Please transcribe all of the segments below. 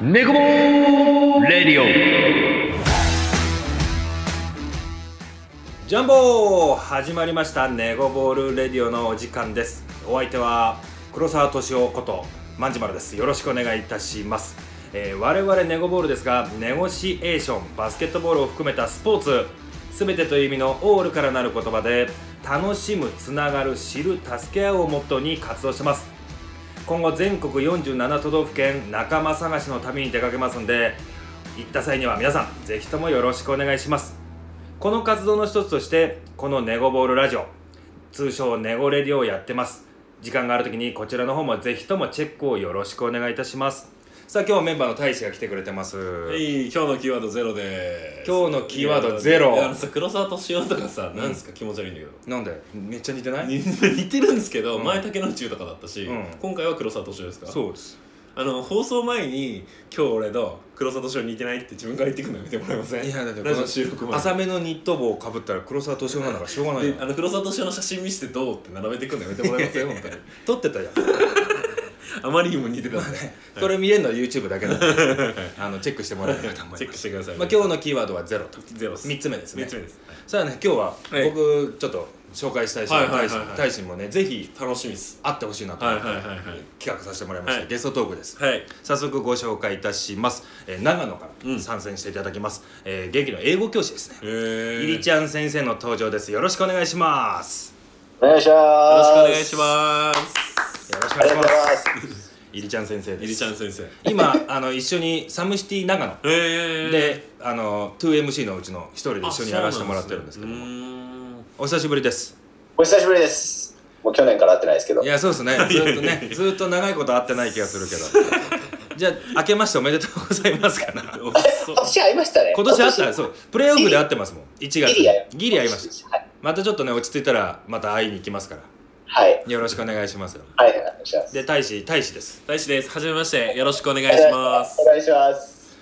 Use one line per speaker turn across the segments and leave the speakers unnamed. ネコボーレディ
ジャンボー始まりましたネゴボールレディオのお時間ですお相手は黒沢敏夫こと万事丸ですよろしくお願いいたします、えー我々ネゴボールですがネゴシエーションバスケットボールを含めたスポーツすべてという意味のオールからなる言葉で楽しむつながる知る助け合うをモットーに活動してます今後全国47都道府県仲間探しの旅に出かけますんで行った際には皆さんぜひともよろしくお願いしますこの活動の一つとしてこのネゴボールラジオ通称ネゴレディオをやってます時間がある時にこちらの方もぜひともチェックをよろしくお願いいたしますさあ今日はメンバーの大使が来てくれてます
はい、今日のキーワードゼロです
今日のキーワードゼロ
いやあのさ黒沢敏夫とかさなんですか気持ち悪いんだけど
なんでめっちゃ似てない
に似てるんですけど、
うん
前竹野内豊とかだったし、
うん
今回は黒沢敏夫ですか
そうです
あの放送前に今日俺と黒沢敏夫似てないって自分から言ってくるのやめてもらえません
いやだってこの
ラジオ収録前
浅めのニット帽をかぶったら黒沢敏夫なんだからしょうがない
で
よ
あの黒沢敏夫の写真見せてどうって並べてくるのやめてもらえません本当に
撮ってたじゃん
あまりにも似てたんで
それ見れるのは YouTube だけなんであのチェックしてもらえればと思います
チェックしてください
まあ、今日のキーワードはゼロと
ゼロです
3つ目ですね
三つ目です
さあね今日は
はい
僕ちょっと紹介したい人、
はいはいはいはい
大使もねぜひ
楽しみです
会ってほしいなと
はい
思っ
はい
て
はいはい
企画させてもらいました、
はい
ゲストトークです
はい
早速ご紹介いたします、えー長野か
う
ら
ん
参戦していただきます、えー元気の英語教師ですね
えー
イリちゃん先生の登場ですよろしくお願いします
お願いし
よろ
ま
し
す
くお願いします
よろしくお
あり
願いしま
がとうございますす
イリちゃん先生です
イリちゃん先生
今あの一緒にサムシティ長野
えー、
であの 2MC のうちの一人で
あ
一緒にやらせてもらってるんですけど
そう
も
なんですね
お久しぶりです
お久しぶりですもう去年から会ってないですけど
いやそうですねずっとねずっと長いこと会ってない気がするけどじゃあ明けましておめでとうございますかな
うーんおそう
今年会いましたね
今年あったらそうプレーオフで会ってますもん1月
ギリやよ
ギリ会いました
はい
またちょっとね落ち着いたらまた会いに行きますから
はい
よろしくお願いしますよ
はいお願いします
で大使大使です
大志ですはじめましてよろしくお願いします
お願いします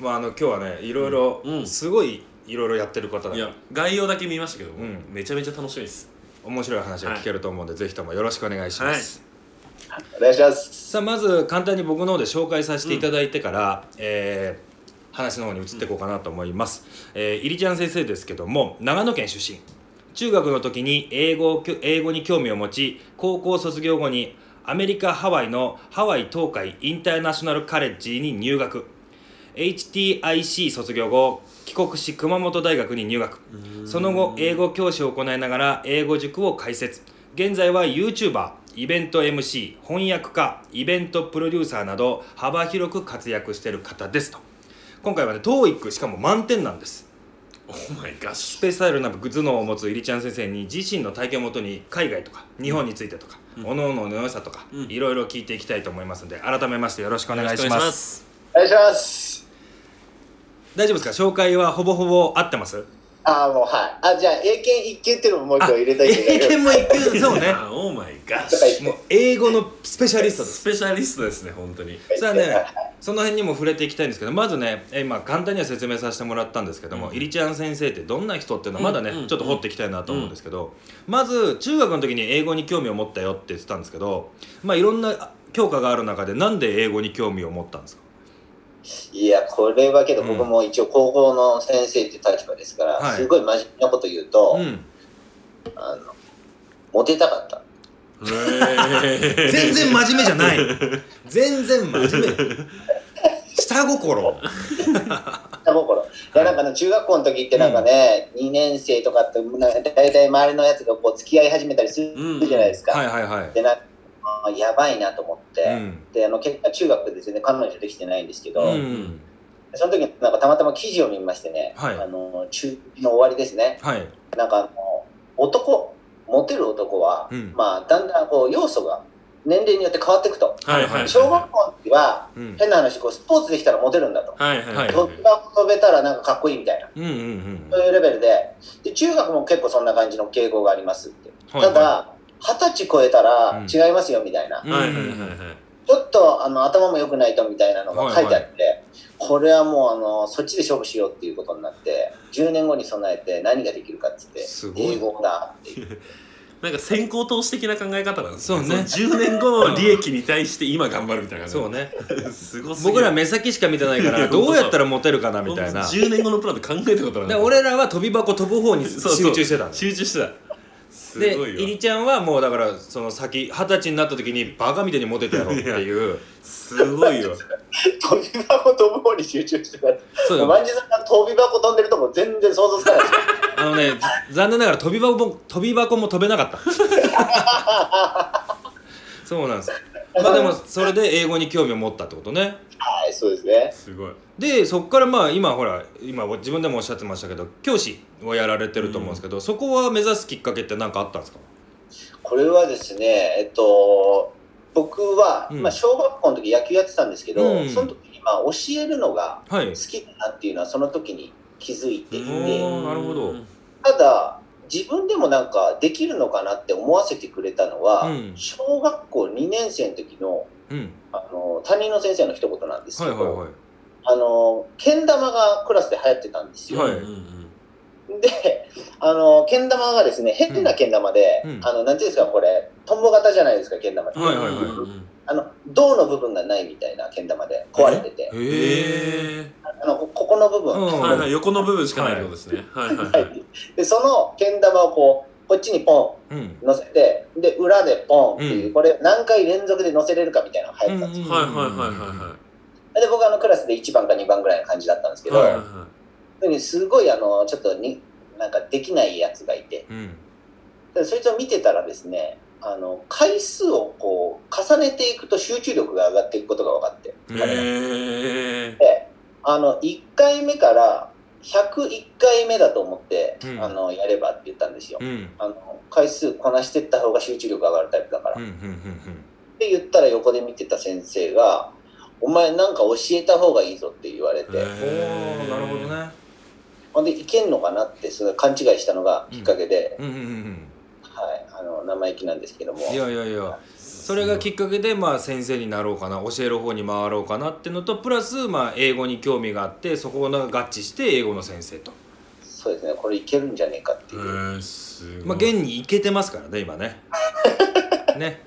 まああの今日はねいろいろ、
うんうん
すごいいろいろやってる方だ
いや概要だけ見ましたけど、
ん
めちゃめちゃ楽しみです
面白い話が聞けると思うんで、ぜひともよろしくお願いします、
お願いします
さあまず簡単に僕の方で紹介させていただいてから、えー話の方に移っていこうかなと思います、えー、イリちゃん先生ですけども長野県出身中学の時に英語を英語に興味を持ち高校卒業後にアメリカ・ハワイのハワイ東海インターナショナルカレッジに入学 HTIC 卒業後帰国し熊本大学に入学その後英語教師を行いながら英語塾を開設現在は YouTuber イベント MC 翻訳家イベントプロデューサーなど幅広く活躍している方ですと今回はね TOEIC しかも満点なんです
オーマイガッシ
スペシャルな頭脳を持つイリちゃん先生に自身の体験をもとに海外とか日本についてとか、各々の良さとか、
うん
いろいろ聞いていきたいと思いますので改めましてよろしくお
ュ
願いし
よろくお
ま
願
す
いす
お願いします
大丈夫ですか紹介はほぼほぼ合ってます
ああもうはいあじゃあ英検一級っていうのももう一個入れたいけ
英
ど
検も一級そうね
あオーマイガッ
とか
シュ
言
もう英語のスペシャリストです
スペシャリストですね本当に
って
さあねその辺にも触れていきたいんですけどまずねえ今簡単には説明させてもらったんですけども、
うん
イリちゃん先生ってどんな人っていうのはまだね、
うんうん
ちょっと掘っていきたいなと思うんですけど、まず中学の時に英語に興味を持ったよって言ってたんですけどまあいろんな教科がある中でなんで英語に興味を持ったんですか
いやこれはけど
うん
僕も一応高校の先生っていう立場ですから、
はい
すごい真面目なこと言うと、
うん、
あのモテたかった
へ
全然真面目じゃない全然真面目下心
下心。いやなんかね中学校の時ってなんかね、2年生とかってなんか大体周りのやつがこう付き合い始めたりするじゃないですか。
はいはいはい
でなんかあーやばいなと思って、
うん
であの結果中学で全然彼女できてないんですけど、
うん
その時なんかたまたま記事を見ましてね、
はい
あの中期の終わりですね
はい
なんかあの男モテる男は、
うん
まあだんだんこう要素が年齢によって変わっていくと。
はいはいはい
小学校の時は
うん
変な話こうスポーツできたらモテるんだと。
はいはい
はい
突破飛べたらなんかかっこいいみたいな。
うんうんうん
そういうレベルでで中学も結構そんな感じの傾向がありますって、
はいはい
ただ二十歳超えたら違いますよみたいな、
うん
はいはいはいはい
ちょっとあの頭も良くないとみたいなのが書いてあって、これはもうあのそっちで勝負しようっていうことになって10年後に備えて何ができるかっつって
すごい
英語だっていう
なんか先行投資的な考え方なんです
そうね
その10年後の利益に対して今頑張るみたいな感じ
そうね
すごすぎる
僕ら目先しか見てないか
い
ら
や
どうやったらモテるかなみたいな
10年後のプランって考えたことない
で俺らは飛び箱飛ぶ方に集
そうそう
中してたんです
集中してたす
で
ごい
いり
よ
ちゃんはもうだからその先二十歳になった時にバカみたいにモテてやろうっていう
すごいよ
飛び箱飛ぶ方に集中してた。
そうだよ
マンジさんが飛び箱飛んでるとこ全然想像つかないです。
あのね残念ながら飛び箱も飛び箱も飛べなか ったそうなんですまあでもそれで英語に興味を持ったってことね
はい、そうですね。
すごい
でそこからまあ今ほら今自分でもおっしゃってましたけど教師をやられてると思うんですけど、そこは目指すきっかけって何かあったんですか
これはですね、えっと、僕は、
うん
まあ、小学校の時野球やってたんですけど、
うん
その時にまあ教えるのが
はい
好きだなっていうのはその時に気づいていて、
うんなるほど
ただ自分でもなんかできるのかなって思わせてくれたのは、
うん
小学校2年生の時の
うん
あの担任の先生の一言なんです
は
け
い
ど、
はいはい
あのけん玉がクラスで流行ってたんですよ。
はい
うんうん
であのけん玉がですね変なけん玉で、
うん
あのなんていうんですかこれトンボ型じゃないですかけん玉って、
はいはいはい
うんうんうん
あの銅の部分がないみたいなけん玉で壊れてて
へえ
へ
あのこここの部分、
うん
ーはいはい横の部分しかないってことですねはいはいは
はいいでそのけん玉をこうこっちにポン
うん
乗せてで裏でポンっていう、
うん
これ何回連続で乗せれるかみたいなのが流行ってたんですよ、
はいはいはいはいは
で僕あのクラスで1番か2番ぐらいの感じだったんですけ
い
ど、
はい
はいはい
特にすごいあのちょっとになんかできないやつがいて
うん
でそいつを見てたらですねあの回数をこう重ねていくと集中力が上がっていくことが分かって
へえ
であの1回目から101回目だと思って、
うん
あのやればって言ったんですよ、
うん
あの回数こなしてった方が集中力上がるタイプだから、
うんうん
って言ったら横で見てた先生が「お前なんか教えた方がいいぞ」って言われて、
うんうんおおなるほどね
ほんでいけんのかなってその勘違いしたのがきっかけで、
うんうんうん
はい、あの生意気なんですけども
うんいやいやいやそれがきっかけでまあ先生になろうかな教える方に回ろうかなってのとプラスまあ英語に興味があってそこをなんか合致して英語の先生と
そうですねこれいけるんじゃねえかっていう、
へえすごい
まあ現にいけてますからね今ねね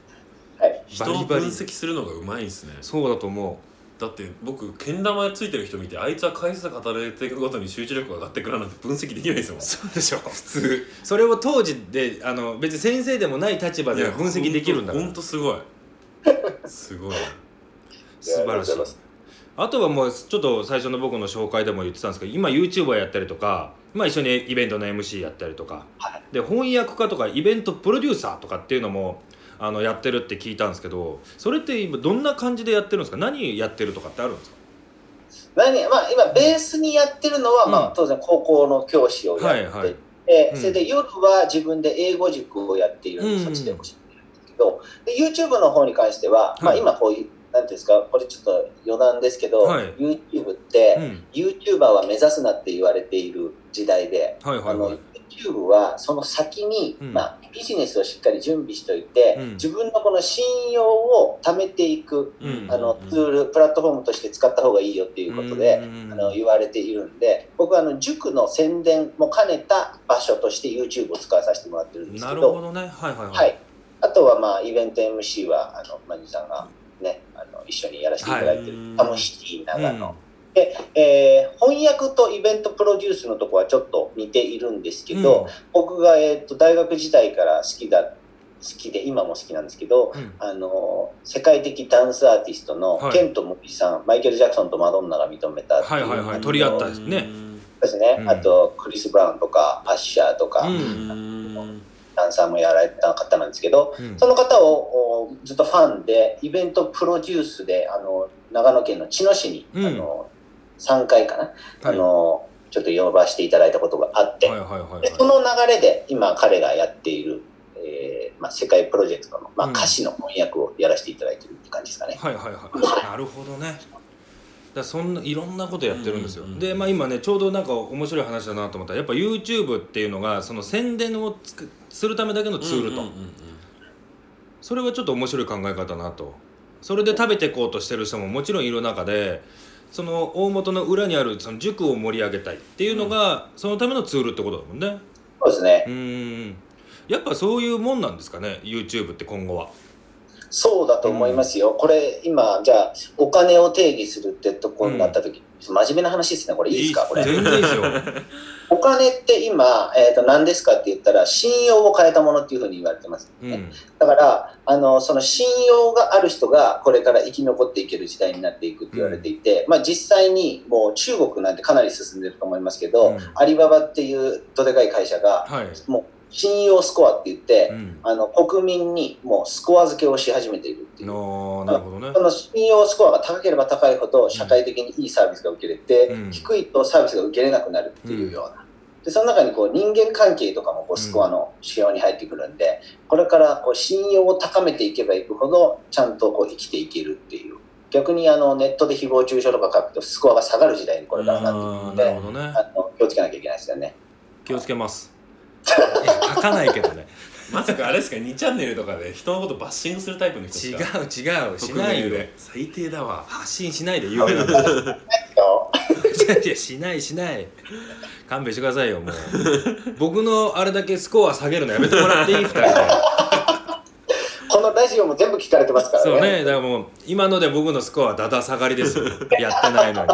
人
バ
を
リ
分
バリ
析するのがうまいんですね
そうだと思
だって僕けん玉ついてる人見てあいつは回数語れていくごとに集中力が上がってくるなんて分析できないですもん
うそうでしょ
普通
それを当時であの別に先生でもない立場で分析できるんだか
ほ
ら
んとすごいすごい
素晴らしい
ありがとうございます
あとはもうちょっと最初の僕の紹介でも言ってたんですけど今 YouTuber やったりとか、まあ、一緒にイベントの MC やったりとか、で翻訳家とかイベントプロデューサーとかっていうのもあのやってるって聞いたんですけどそれって今どんな感じでやってるんですか何やってるとかってあるんですか
何まあ、今ベースにやってるのは、
うん
まあ、当然高校の教師をやっていて、
はいはいうん
それで夜は自分で英語塾をやっているんで、
うん
そっちで教えてるんですけどで YouTube の方に関しては、まあ、
はい
今こういうなんていうんですかこれちょっと余談ですけど、
はい
YouTube って、
うん、
YouTuber は目指すなって言われている時代で、
はいはいはい
あの YouTube はその先に、
うん
まあ、ビジネスをしっかり準備しておいて、
うん
自分のこの信用を貯めていく
うん
あのツール、プラットフォームとして使った方がいいよっていうことで、
うん
あの言われているんで僕はあの塾の宣伝も兼ねた場所として YouTube を使わさせてもらってるんです
な
け
る
ど
ほどねはいはい
はい、あとは、まあ、イベント MC はあのマニさんが、ね、あの一緒にやらせていただいてる、
はい
タムシティ長野。
うん
えー翻訳とイベントプロデュースのとこはちょっと似ているんですけど、僕が、えー、と大学時代から好きだ好きで今も好きなんですけど、
うん
あのー世界的ダンスアーティストの
はい
ケント・モリさん、マイケル・ジャクソンとマドンナが認めたって
はいいうはいはい
の
取り合ったですね
ですね、
うん
あとクリス・ブラウンとかパッシャーとか、
うん
うん
ダンサーもやられた方なんですけど
うん
その方をおずっとファンでイベントプロデュースであの長野県の茅野市に、
うん
あの3回かなあ
はい
のちょっと呼ばせていただいたことがあって、
はいはいはいはい
でその流れで今彼がやっている、えーまあ、世界プロジェクトの、まあ、
うん
歌詞の翻訳をやらせていただいてるって感じですかね。
はいはいはいなるほどねだからそんないろんなことやってるんですよ、
うんうんうん
でまあ今ねちょうどなんか面白い話だなと思ったらやっぱ YouTube っていうのがその宣伝をつくするためだけのツールと、
うんうんうんうん
それはちょっと面白い考え方だなとそれで食べていこうとしてる人ももちろんいる中でその大元の裏にあるその塾を盛り上げたいっていうのが、そのためのツールってことだもんね
そうですね
うーんやっぱそういうもんなんですかね YouTube って今後は
そうだと思いますよ。これ、今、じゃあ、お金を定義するってとこになった時、真面目な話ですね。これいいですかこれ。
全然いいですよ
お金って今、えっ、と、何ですかって言ったら、信用を変えたものっていうふうに言われてます。
うん
だから、あの、その信用がある人が、これから生き残っていける時代になっていくって言われていて、まあ実際に、もう中国なんてかなり進んでると思いますけど、
うん
アリババっていうどでかい会社が、
はい、
もう、信用スコアって言って、
うん、
あの国民にもうスコア付けをし始めているっていう。
のなるほどね
その信用スコアが高ければ高いほど社会的にいいサービスが受けれて、
うん
低いとサービスが受けれなくなるっていうような。でその中にこう人間関係とかもこうスコアの指標に入ってくるんで、これからこう信用を高めていけばいくほどちゃんとこう生きていけるっていう逆にあのネットで誹謗中傷とか書くとスコアが下がる時代にこれからなって
あーなる
くる
ほ
ので
どね
あの気をつけなきゃいけないですよね。
気をつけます書かないけどね
まさかあれですか2チャンネルとかで人のことバッシングするタイプの人
違
し
う
か
違うし
匿
な
名
いよ
で最低だわ
発信しないで言うなん だいやいやしないしない勘弁してくださいよもう僕のあれだけスコア下げるのやめてもらっていい二人で
このラジオも全部聞かれてますから
そうねだからもう今ので僕のスコアはだだ下がりです よやってないのに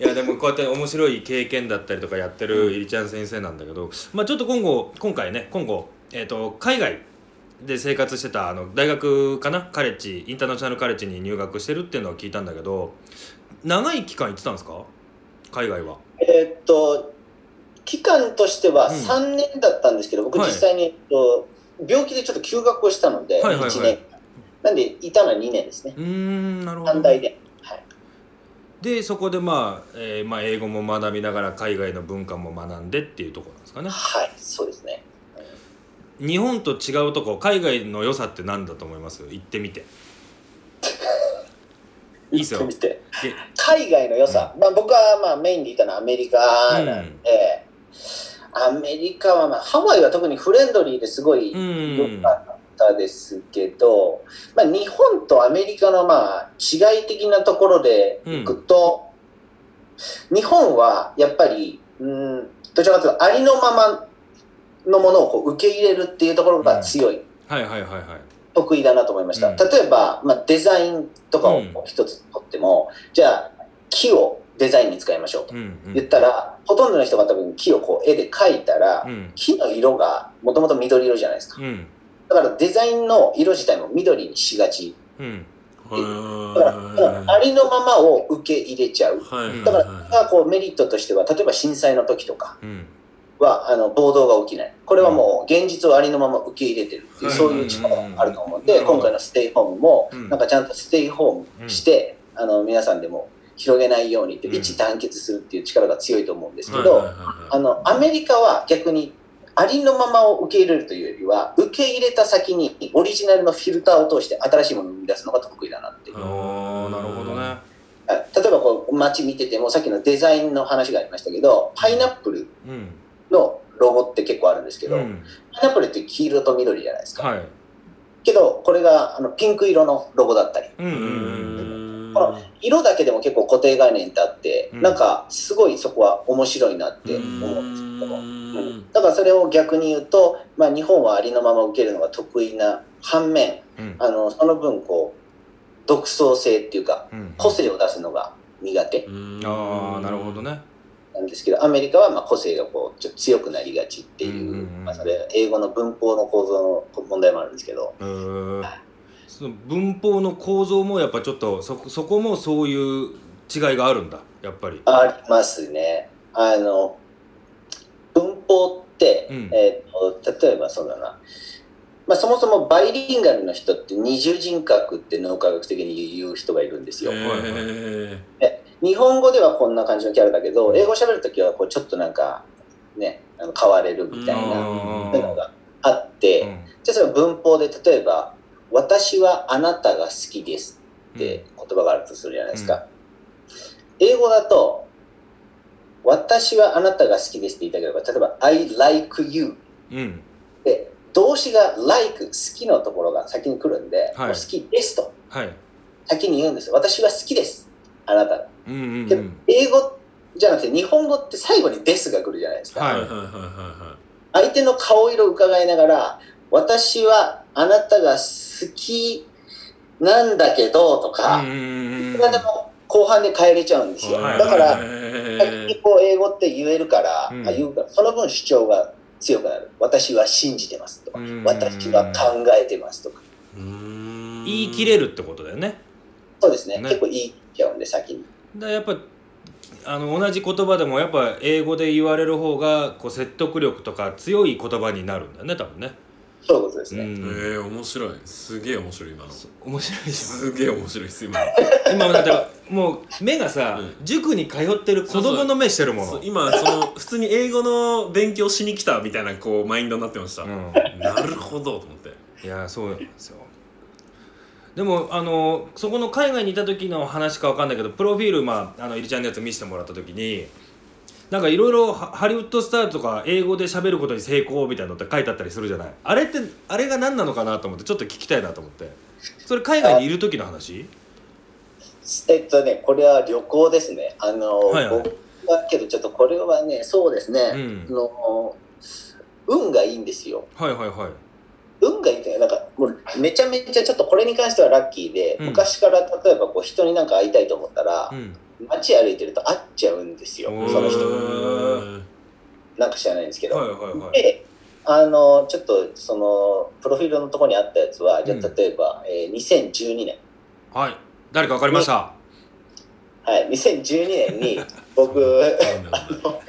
いやでもこうやって面白い経験だったりとかやってるいりちゃん先生なんだけど、まあ、ちょっと今後今回ね今後、えー、と海外で生活してたあの大学かなカレッジインターナショナルカレッジに入学してるっていうのは聞いたんだけど長い期間行ってたんですか海外は
えーっと期間としては
うん
3年だったんですけど、僕
はい
実際に、えっと病気でちょっと休学をしたので、
はいはいはい
1年なんでいたのは2年ですね
うーんなるほど
短大で、はい、
でそこで、まあえーまあ英語も学びながら海外の文化も学んでっていうところなんですかね
はいそうですね
日本と違うとこ海外の良さって何だと思います行ってみていいっすよ
行ってみて
で
海外の良さ、まあ、僕はまあメインでいたのはアメリカなんで、アメリカは、まあ、ハワイは特にフレンドリーですごい
うん
良かったですけど、まあ、日本とアメリカのまあ違い的なところでいくと、日本はやっぱりうんどちらかというとありのままのものをこう受け入れるっていうところが強い。
はいはいはいはい
得意だなと思いました。
うん
例えば、まあ、デザインとかを
うん
一つ取っても、じゃあ木をデザインに使いましょうと
うんうん
言ったら、ほとんどの人が多分木をこう絵で描いたら、
うん
木の色がもともと緑色じゃないですか。
うん
だからデザインの色自体も緑にしがち。
うん
は
だから、うんあ
い
りのままを受け入れちゃう。
はい
うん
だから、
はい
がこうメリットとしては、例えば震災の時とか
うん
は、あの、暴動が起きない。これはもう現実をありのまま受け入れてるっていう、
はい
そういう力があると思うん
な
で、
るほど
今回のステイホームも、
うん
なんかちゃんとステイホームして、あの、皆さんでも広げないようにって、
うん
一致団結するっていう力が強いと思うんですけ
はい
ど、
はいはい
あの、アメリカは逆に、ありのままを受け入れるというよりは、受け入れた先にオリジナルのフィルターを通して新しいものを生み出すのが得意だなっていう。
う
あ
ん
ーなるほどね
あ例えばこう街見てても、さっきのデザインの話がありましたけど、パイナップル
うん
のロゴって結構あるんですけど、
うん
パイナップルって黄色と緑じゃないですか。
はい
けど、これがあのピンク色のロゴだったり、
うん
う
うんうん
ん
ほら色だけでも結構固定概念ってあって、
うん
なんかすごいそこは面白いなっ
う
て思うんですけど、
ーん
だからそれを逆に言うと、まあ、日本はありのまま受けるのが得意な反面、
うん
あのその分こう独創性っていうか
うん
個性を出すのが苦手
ああなるほどね
なんですけどアメリカはまあ個性がこうちょっと強くなりがちっていう、
うんうんうん
まあ、それは英語の文法の構造の問題もあるんですけど
へーその文法の構造もやっぱちょっとそこそこもそういう違いがあるんだやっぱり
ありますね。あの文法って、
うん
えー、と例えばそうだな、まあ、そもそもバイリンガルの人って二重人格って脳科学的に言う人がいるんですよ。
え
日本語ではこんな感じのキャラだけど英語喋るときはこうちょっとなんかねあの変われるみたいな
うん
そういうのがあって、
うん
じゃあそれは文法で例えば「私はあなたが好きです」って言葉があるとするじゃないですか。英語だと「私はあなたが好きです」って言いたければ例えば「I like you
うん」
で動詞が「like」好きのところが先に来るんで「
はい
もう好きです」と
はい
先に言うんですよ。私は好きです。あなたが。
うんうん
け
う
ど
ん
英語じゃなくて日本語って最後に「です」が来るじゃないですか。
はい
はいはいはいはい
相手の顔色を伺いながら、私はあなたが好きなんだけどとか、いくらでも後半で変えれちゃうんですよ。
はい
だから、
え
先にこう英語って言えるから、
うん
あ言うからその分主張が強くなる。私は信じてますとか、
うん
私は考えてますとか。
ー
言い切れるってことだよね
そうですね。
ね
結構言いちゃうんで、先に。
だからやっぱあの同じ言葉でもやっぱ英語で言われる方がこう説得力とか強い言葉になるんだよね多分ね、
そういうことです
う
ね。
え
ん、
ー、面白いすげえ面白い今の
面白いです
すげえ面白 いです今の
今だってもう目がさ、
う
塾に通ってる子供の目してるもの
そう今その普通に英語の勉強しに来たみたいなこうマインドになってました、
うん
なるほどと思って
いやそうなんですよでもあのそこの海外にいた時の話かわかんないけどプロフィールまああのイリちゃんのやつ見せてもらった時になんかいろいろハハリウッドスターとか英語で喋ることに成功みたいなのって書いてあったりするじゃないあれってあれが何なのかなと思ってちょっと聞きたいなと思ってそれ海外にいる時の話
えっとね、これは旅行ですね。あの、
はいはい
僕はけど、ちょっとこれはね、そうですね。
うん
あの運がいいんですよ。
はいはいはい
運がいいっていうかなんかもうめちゃめちゃちょっとこれに関してはラッキーで、
うん
昔から例えばこう人になんか会いたいと思ったら、
うん
街歩いてると会っちゃうんですよ
おー
その人
うん
なんか知らないんですけど、
はいはいはい
であのちょっとそのプロフィールのところにあったやつはじゃあ
うん
例えば、えー2012年
はい誰かわかりました
はい2012年に 僕
なんだろ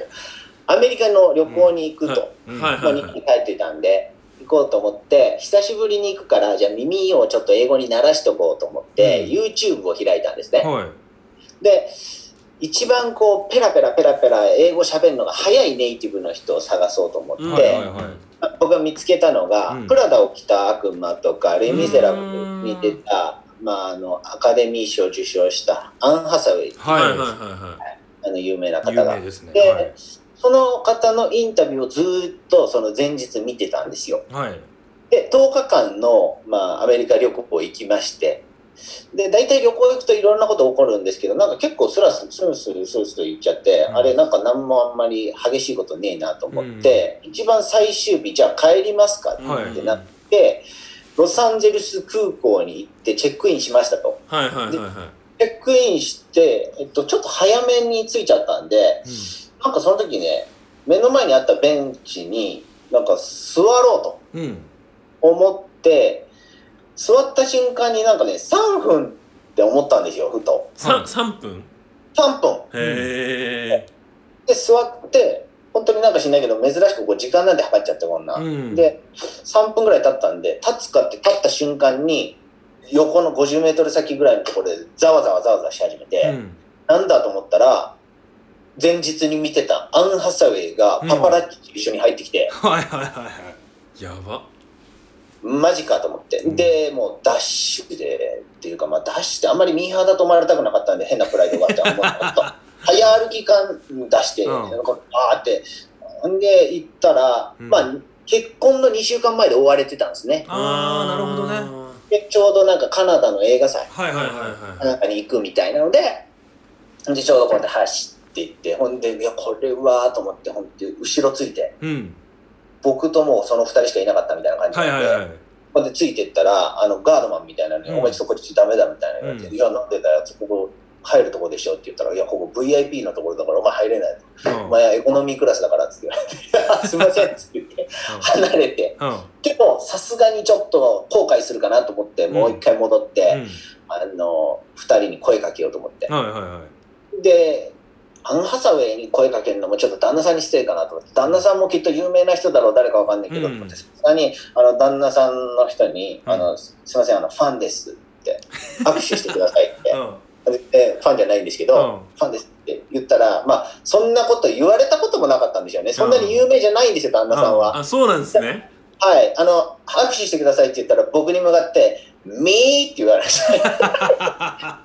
アメリカの旅行に行くと、
うん
はい
もう日本に帰ってたんで行こうと思って久しぶりに行くからじゃあ耳をちょっと英語に鳴らしとこうと思って、
うん
YouTube を開いたんですね、
はい
で一番こうペラペラペラペラ英語喋るのが早いネイティブの人を探そうと思って、
うな
はいはい
僕が見つけたのが、
うん
プラダを着た悪魔とかレ・ミゼラブルに出た、まあ、あのアカデミー賞を受賞したアン・ハサウェイ
はいはいはい
は
は
あの有名ない方
有
が
名ですね
でその方のインタビューをずーっとその前日見てたんですよ
はいはい
で10日間の、まあ、アメリカ旅行行きましてで大体旅行行くといろんなこと起こるんですけどなんか結構スラススルスルスルスル言っちゃって、
うん
あれなんか何もあんまり激しいことねえなと思って、一番最終日じゃあ帰りますかって
い
はい
ってなってロサンゼルス空港に行ってチェックインしましたと
はいはいはいはい
チェックインして、えっと、ちょっと早めに着いちゃったんでなんかその時ね目の前にあったベンチになんか座ろうと
うんうん
思って座った瞬間になんかね3分って思ったんですよふと
は
さ
い
三分
3分
へえ
で座って本当になんかしないけど珍しくこう時間なんて測っちゃってこんな、
うん
で3分ぐらい経ったんで立つかって立った瞬間に横の5 0ル先ぐらいのところでざわざわざわざわし始めて、
うん
なんだと思ったら前日に見てたアン・ハサウェイがパパラッチと一緒に入ってきて、
はいはいはいはい
やば
マジかと思って、
うん
でもうダッシュでっていうか、まあ、ダッシュってあんまりミーハーだと思われたくなかったんで変なプライドがあって思った 早歩き感出して、
うん
なんかバーってほんで行ったら、
うん
まあ結婚の2週間前で追われてたんですね
あーなるほどね
でちょうどなんかカナダの映画祭
はい
は
はいい
はい
は
かなんかに行くみたいなのででちょうどこうやって走って行ってほんでいやこれはと思ってほんで後ろついて
いうん
僕ともうその2人しかいなかったみたいな感じな
はい
んで、
はいはい
こうやってついてったら、あの、ガードマンみたいなのに、
うん
お前ちょっとこっちダメだみたいなの言われて、
うん
いや、なんでだよ、ここ入るとこでしょって言ったら、いや、ここ VIP のところだから、お前入れない。
うん
お前はエコノミークラスだからって言われて、い やすいませんって言って、離れて。
うん
でも、さすがにちょっと後悔するかなと思って、もう一回戻って、
うん
あの、二人に声かけようと思って。
はいはいはい
で、アン・ハサウェイに声かけるのもちょっと旦那さんに失礼かなと思って、旦那さんもきっと有名な人だろう、誰かわかんないけど、
う
と
ん
思ってさすがに、あの、旦那さんの人に、
うん
あの、すいません、あの、ファンですって、握手してくださいっ
う
て、
ん
でファンじゃないんですけど、
うん
ファンですって言ったら、まあ、そんなこと言われたこともなかったんですよね。そんなに有名じゃないんですよ、旦那さんは。
あそうなんですね
はい、あの、握手してくださいって言ったら、僕に向かって、ミーって言われました。は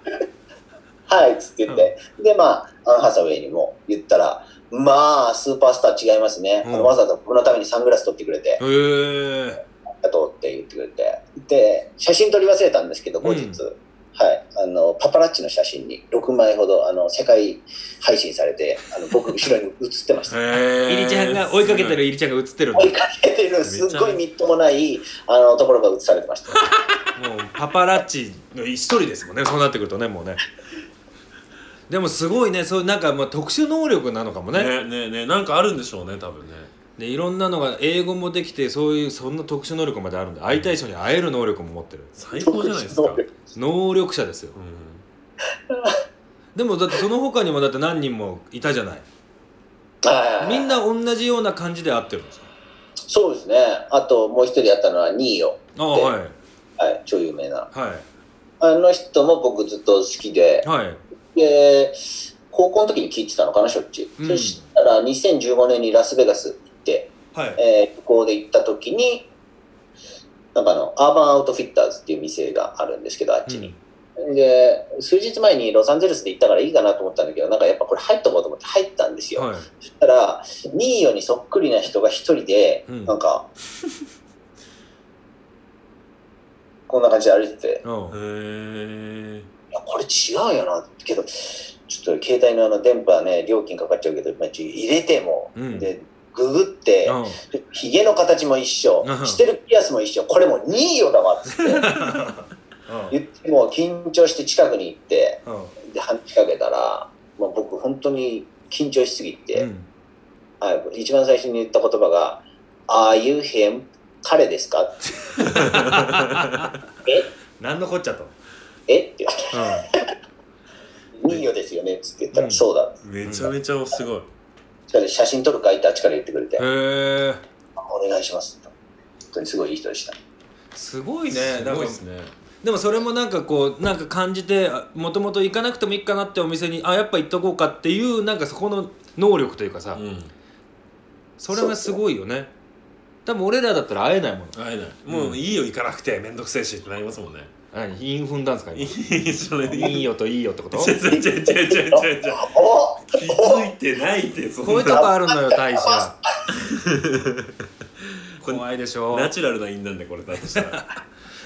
いっつって言って、で、まあ、アン・ハサウェイにも言ったら、まあ、スーパースター違いますね。あ
うん
のわざわざ僕のためにサングラス取ってくれて、
へえ
ありがとうって言ってくれて、で、写真撮り忘れたんですけど、後日、はい、あのパパラッチの写真に6枚ほどあの世界配信されてあの僕後ろに写ってました
へ
イリちゃんが追いかけてるイリちゃんが映ってる
追いかけてるすっごいみっともないあのところが映されてました
もうパパラッチの一人ですもんねそうなってくるとねもうねでもすごいねそういうなんかもう特殊能力なのかもね
ねねねなんかあるんでしょうね多分ね
でいろんなのが英語もできてそういうそんな特殊能力まであるんで会いたい人に会える能力も持ってる
最高じゃない ですか、うん、
能力者ですよでもだってその他にもだって何人もいたじゃない
はい
みんな同じような感じで会ってるんですよ
そうですねあともう一人やったのはニーヨ、
ああはい
はい、超有名な
は
あの人も僕ずっと好きで
いはい
で高校の時に聴いてたのかなしょっちゅう、
うん
そしたら2015年にラスベガス行って、
はい
えー旅行で行った時になんかあのアーバンアウトフィッターズっていう店があるんですけどあっちに、で数日前にロサンゼルスで行ったからいいかなと思ったんだけどなんかやっぱこれ入っとこうと思って入ったんですよ、
はい
そしたらニーヨにそっくりな人が一人で、
うん
なんか こんな感じで歩いてて
うん
へえ
いやこれ違うよなけどちょっと携帯のあの電波はね料金かかっちゃうけど、まあ、ちょ入れても、
うん
でググって
うん
ひげの形も一緒
うん
してるピアスも一緒これもう2位よだわっつって
うん
言ってもう緊張して近くに行って
うん
で話しかけたら、まあ、僕本当に緊張しすぎて、
うん
はい、一番最初に言った言葉が「Are you him? 彼ですか?
何のこっちゃと」
えって言われて
う
「ニーヨですよね」っつって言ったら「
うん
そうだ
めちゃめちゃすごい、」
それで写真撮るかいってあっちから言ってくれて
んへえ
「お願いします」と本当にすごいいい人でした
すごいね
す
なん
ご
か
いですね
でもそれもなんかこうなんか感じてもともと行かなくてもいいかなってお店にあやっぱ行っとこうかっていうなんかそこの能力というかさ、
うん
それがすごいよね多分俺らだったら会えないもん
会えないもういいよ行かなくてめんどくせえしってなりますもんね
何陰踏んだんですか
いい
今
じゃない
いいよといいよってこと
違う
こ
違う違う違う違う違う
お
気づいてないってそん
ういうと
な
こあるのよ大使 は怖いでしょ
ナチュラルな因なんでこれだとしたら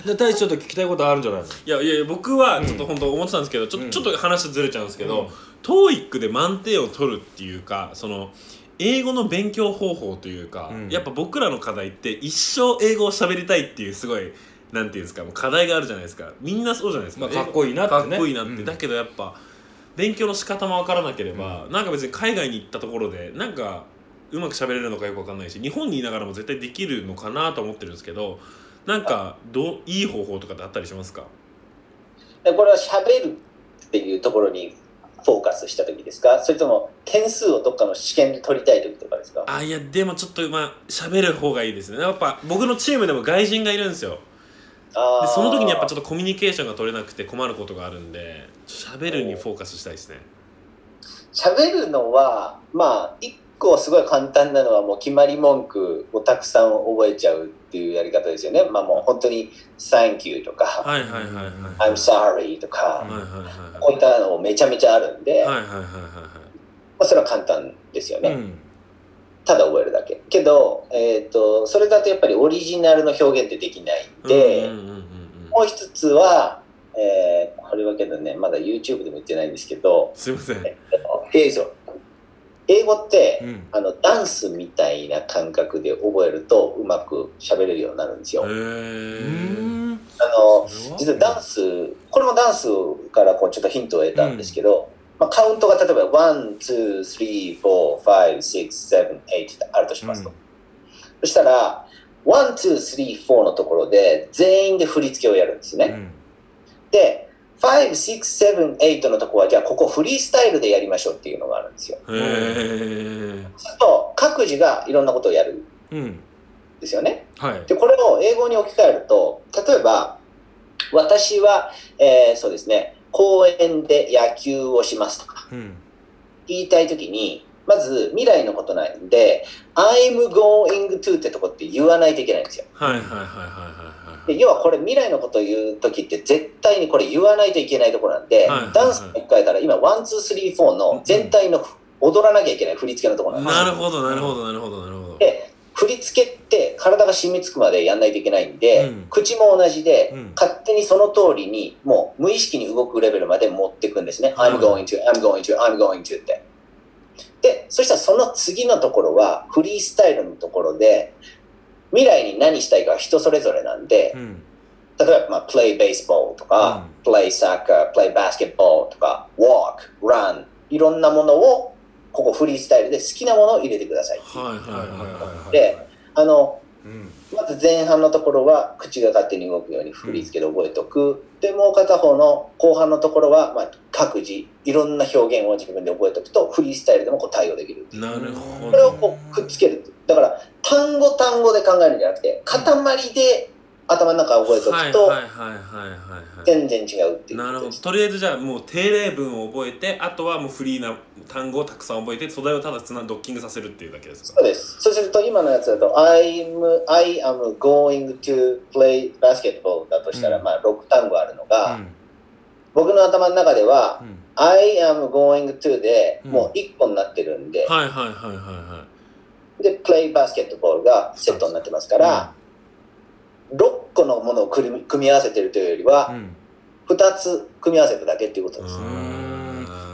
で大使ちょっと聞きたいことあるんじゃないの
いやいやいや僕はちょっと本当思ってたんですけど、ちょ
うん
ちょっと話ずれちゃうんですけ
う
ど、
ん
TOEIC で満点を取るっていうかその英語の勉強方法というか、
うん
やっぱ僕らの課題って一生英語を喋りたいっていうすごいなんていうんですかもう課題があるじゃないですかみんなそうじゃないですか、
まあかっこいいなってね
かっこいいなって、
うん
だけどやっぱ勉強の仕方もわからなければ、なんか別に海外に行ったところでなんかうまく喋れるのかよくわかんないし日本にいながらも絶対できるのかなと思ってるんですけどなんかどういい方法とかってあったりしますか
でこれは喋るっていうところにフォーカスした時ですかそれとも点数をどっかの試験で取りたい時とかですか
あいやでもちょっとまあ喋る方がいいですねやっぱ僕のチームでも外人がいるんですよ
あ
で
ー
その時にやっぱちょっとコミュニケーションが取れなくて困ることがあるんで喋るにフォーカスしたいですね
喋るのはまあ一個すごい簡単なのはもう決まり文句をたくさん覚えちゃうっていうやり方ですよねまあもう本当に「Thank you」とか
はいはいはいはいはい
「I'm sorry」とか、
はいはいはい
こういったのもめちゃめちゃあるんで、
はいはいはい
ま
はいはい
あ、それは簡単ですよね、
うん
ただ覚えるだけけど、えー、とそれだとやっぱりオリジナルの表現ってできないんで、
うんうんうんうんうん
もう一つは、えーこれはけどね、まだ YouTube でも言ってないんですけど、
すいませんはい
映像。英語って、
うん
あの、ダンスみたいな感覚で覚えると、うまく喋れるようになるんですよ。
へ
あ
う
ー
ーん
の、
それは
実はダンス、これもダンスからこうちょっとヒントを得たんですけど、まあ、カウントが例えば、1、2、3、4、5、6、7、8ってあるとしますと。
うん
そしたら、1、2、3、4のところで、全員で振り付けをやるんですね。
うん
で、5、6、7、8のとこは、じゃあここフリースタイルでやりましょうっていうのがあるんですよ。
へー
そうすると、各自がいろんなことをやるん
うん
ですよね。
はい
で、これを英語に置き換えると、例えば、私は、えーそうですね、公園で野球をしますとか
うん
言いたいときに、まず未来のことなんで、I'm going to ってとこって言わないといけないんですよ。
はいはいはいはいはいはい
で要はこれ未来のことを言う時って絶対にこれ言わないといけないところなんで、
はい
ダンスも一回から今ワンツースリーフォーの全体の踊らなきゃいけない振り付けのところなんです
なるほどなるほどなるほどなるほど
で振り付けって体が染みつくまでやんないといけないんで、
うん
口も同じで、
うん
勝手にその通りにもう無意識に動くレベルまで持っていくんですね。I'm going to, I'm going to, I'm going to って。で、そしたらその次のところはフリースタイルのところで未来に何したいかは人それぞれなんで
う、ん
例えば、まあ、play baseball とか、play soccer、play basketball とか、walk、run、いろんなものをここフリースタイルで好きなものを入れてください。
はいは
は
い
いはい
はいはい
はいはい
であの
うん
まず前半のところは口が勝手に動くように振り付けで覚えておく、でもう片方の後半のところは、まあ、各自いろんな表現を自分で覚えておくとフリースタイルでもこう対応できる
なるほ
これを
ど
こうくっつけるだから単語単語で考えるんじゃなくて塊で頭の中を覚えてお
はいはい
くと
はいはいはいはい
全然違うっていう
なる
こ
ほど
とです
とりあえずじゃあもう定例文を覚えてあとはもうフリーな単語をたくさん覚えて素材をただつなドッキングさせるっていうだけですか
そうですそうすると今のやつだと I'm, I am going to play basketball だとしたら、
うん
まあ6単語あるのが、
うん
僕の頭の中では、
うん
I am going to で
うん
もう1個になってるんで、
はいはいはいはいは
で、play basketball がセットになってますから、6個のものを組み組み合わせてるというより
う
は、
ん
2つ組み合わせただけっていうこと
い
です。
ん
う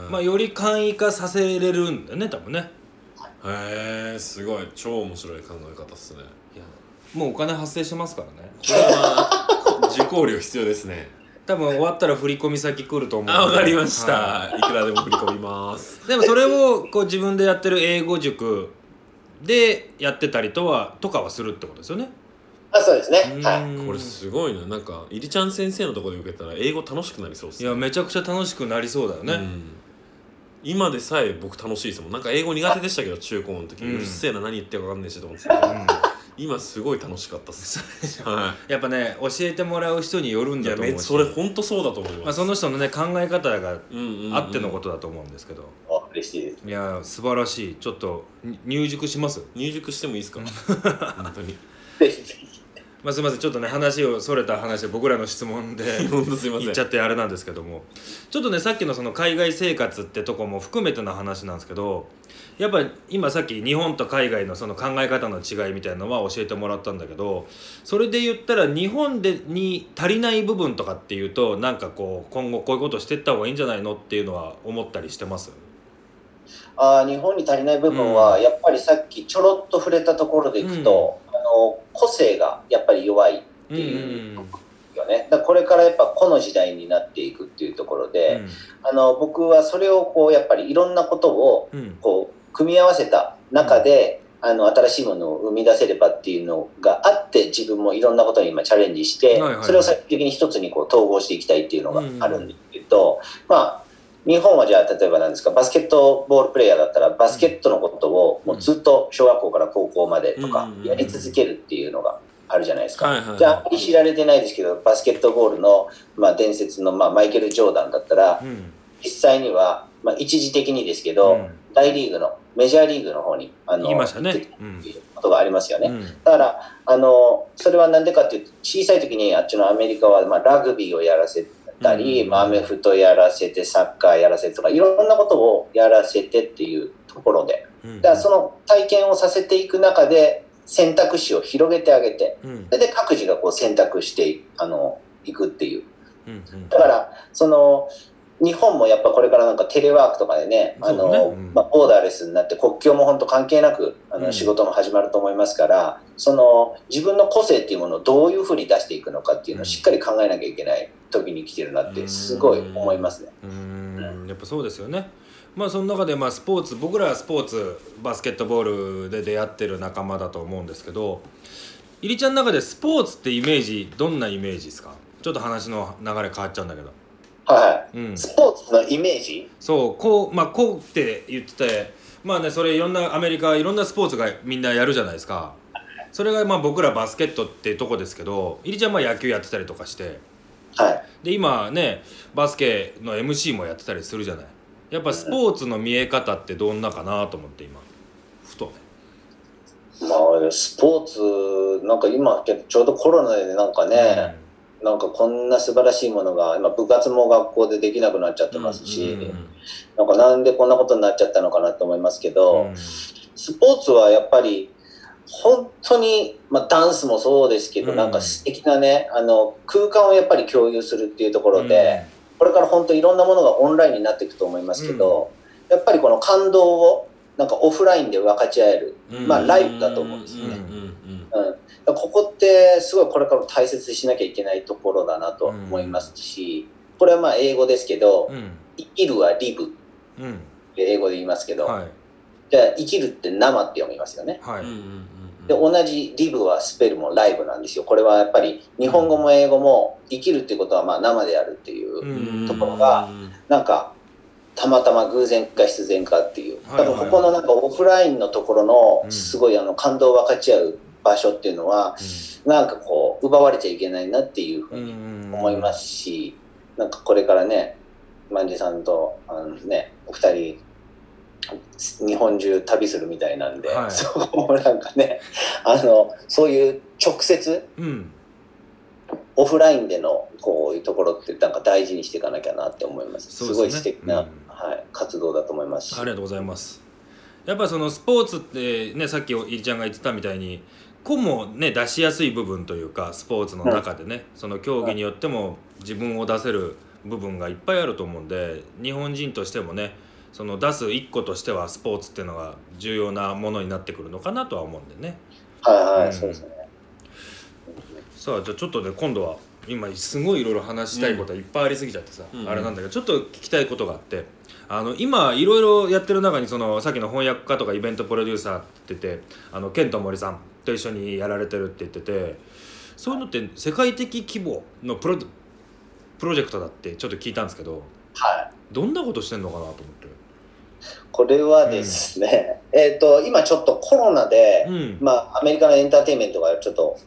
ん
まあより簡易化させれるんだよね多分ね
へえすごい超面白い考え方っすね
もうお金発生してますからね
これは 受講料必要ですね
多分終わったら振込先来ると思う
あわかりまし
は
たいくらでも振り込みます
いでもそれをこう自分でやってる英語塾でやってたりとはとかはするってことですよね
あそうですね。はい。
うん
これすごいななんかいりちゃん先生のところで受けたら英語楽しくなりそうっす
い
ね
やめちゃくちゃ楽しくなりそうだよ
う
ね
ん今でさえ僕楽しいですもんなんか英語苦手でしたけど中高の時、う
うん
るせえな何言ってるか分かんないしと思ってたけ
う
ど
ん
今すごい楽しかったっす、 は
やっぱね教えてもらう人によるん
い、い
だ
や
と思う
め
し
それほんとそうだと思い
ま
ま
あ、
す、
その人のね考え方が
うんうんうん
あってのことだと思うんですけど、
お嬉しいです。
いやー素晴らしいちょっとに入塾します、
入塾してもいいですか 本当に
ぜひぜひ。
まあ、すいませんちょっとね話をそれた話で僕らの質問で
ほんとすいません
言っちゃってあれなんですけどもちょっとねさっきのその海外生活ってとこも含めての話なんですけどやっぱ今さっき日本と海外のその考え方の違いみたいなのは教えてもらったんだけどそれで言ったら日本でに足りない部分とかっていうとなんかこう今後こういうことしてった方がいいんじゃないのっていうのは思ったりしてます
あー日本に足りない部分は、
うん
やっぱりさっきちょろっと触れたところでいくと、あの個性がやっぱり弱い
うんうんうん
よね。だからこれからやっぱこの時代になっていくっていうところで、あの僕はそれをこうやっぱりいろんなことを
うんうん
こう組み合わせた中で、あの新しいものを生み出せればっていうのがあって自分もいろんなことに今チャレンジし
は
て、
いはいはい
それを最終的に一つにこう統合していきたいっていうのがあるんですけど、まあ日本はじゃあ例えばなんですかバスケットボールプレイヤーだったらバスケットのことをもうずっと小学校から高校までとか
うん
やり続けるっていうのがあるじゃないですか。
はいはい
じゃああんまり知られてないですけどバスケットボールの、まあ、伝説の、まあ、マイケル・ジョーダンだったら
うん
実際には、まあ、一時的にですけど、
うん
大リーグのメジャーリーグの方にあの
言いましたね
行って
う
っ
ん
ていうことがありますよね。
うん
だからあのそれは何でかっていうと小さい時にあっちのアメリカは、まあ、ラグビーをやらせたり、
うん
まあ、アメフトやらせてサッカーやらせてとかいろんなことをやらせてっていうところで
うん
だからその体験をさせていく中で選択肢を広げてあげて
うんうん
それで各自がこう選択していあのいくっていう
うん
だからその日本もやっぱこれからなんかテレワークとかでねあの
そうねうん
まあ、ボーダーレスになって国境も本当関係なくあ
う
の
ん
仕事も始まると思いますから、その自分の個性っていうものをどういうふうに出していくのかっていう
う
のを
ん
しっかり考えなきゃいけない時に来てるなっ
う
て
ん
すごい思いますね。
うーんやっぱそうですよね。まあその中でまあスポーツ僕らはスポーツバスケットボールで出会ってる仲間だと思うんですけど入りちゃんの中でスポーツってイメージどんなイメージですかちょっと話の流れ変わっちゃうんだけど、
は
うん
い、、スポーツのイメージ
そうこうまあこうって言っててまあねそれいろんなアメリカいろんなスポーツがみんなやるじゃないですかそれがまあ僕らバスケットってとこですけど入りちゃんは野球やってたりとかして。
はい、
で今ねバスケの MC もやってたりするじゃないやっぱスポーツの見え方ってどんなかなと思って今ふとね
まあ、スポーツなんか今ちょうどコロナでなんかね、なんかこんな素晴らしいものが今部活も学校でできなくなっちゃってますし、
うんうんうん
なんかなんでこんなことになっちゃったのかなと思いますけ
う
ど、
ん
スポーツはやっぱり本当に、まあ、ダンスもそうですけど、
うん
なんか素敵なねあの空間をやっぱり共有するっていうところで、これから本当いろんなものがオンラインになっていくと思いますけど、やっぱりこの感動をなんかオフラインで分かち合える、まあライブだと思うんです
よね
うんうん
うん、だからここってすごいこれからも大切にしなきゃいけないところだなと思いますし、これはまあ英語ですけど
うんうん
「生きる」は「リブ」っ
うん
て英語で言いますけど、
はい
じゃあ生きるって生って読みますよね。
は
う
い
んうん
で同じリブはスペルもライブなんですよ。これはやっぱり日本語も英語も生きるってことはまあ生であるっていう、
うん
うんうん
ところが
うん
なんかたまたま偶然か必然かっていう、
はいはい
多分ここのなんかオフラインのところ
うん
のすごいあの感動を分かち合う場所っていうのは、なんかこう奪われちゃいけないなっていうふうに思いますすし、なんかこれからね万里さんとあの、ね、お二人日本中旅するみたいなんで、
はい
そこもなんかねあのそういう直接
うん
オフラインでのこういうところってなんか大事にしていかなきゃなって思います
そう
す,、
ですね
ごい素敵な、
うん
はい、活動だと思いますし
ありがとうございますやっぱりそのスポーツってねさっきいりちゃんが言ってたみたいに個もね出しやすい部分というかスポーツの中でね、その競技によっても自分を出せる部分がいっぱいあると思うんで日本人としてもねその出す一個としてはスポーツっていうのが重要なものになってくるのかなとは思うんでね
はいはい、
うん
そうですね
さあじゃあちょっとね今度は今すごいいろいろ話したいことがいっぱいありすぎちゃってさ、
うん
あれなんだけどちょっと聞きたいことがあってあの今いろいろやってる中にそのさっきの翻訳家とかイベントプロデューサーって言っててあのケント森さんと一緒にやられてるって言っててそういうのって世界的規模のプロプロジェクトだってちょっと聞いたんですけど
はい
どんなことしてんのかなと思って。
これはですね、えっ、と今ちょっとコロナで、
うん
まあアメリカのエンターテインメントがちょっと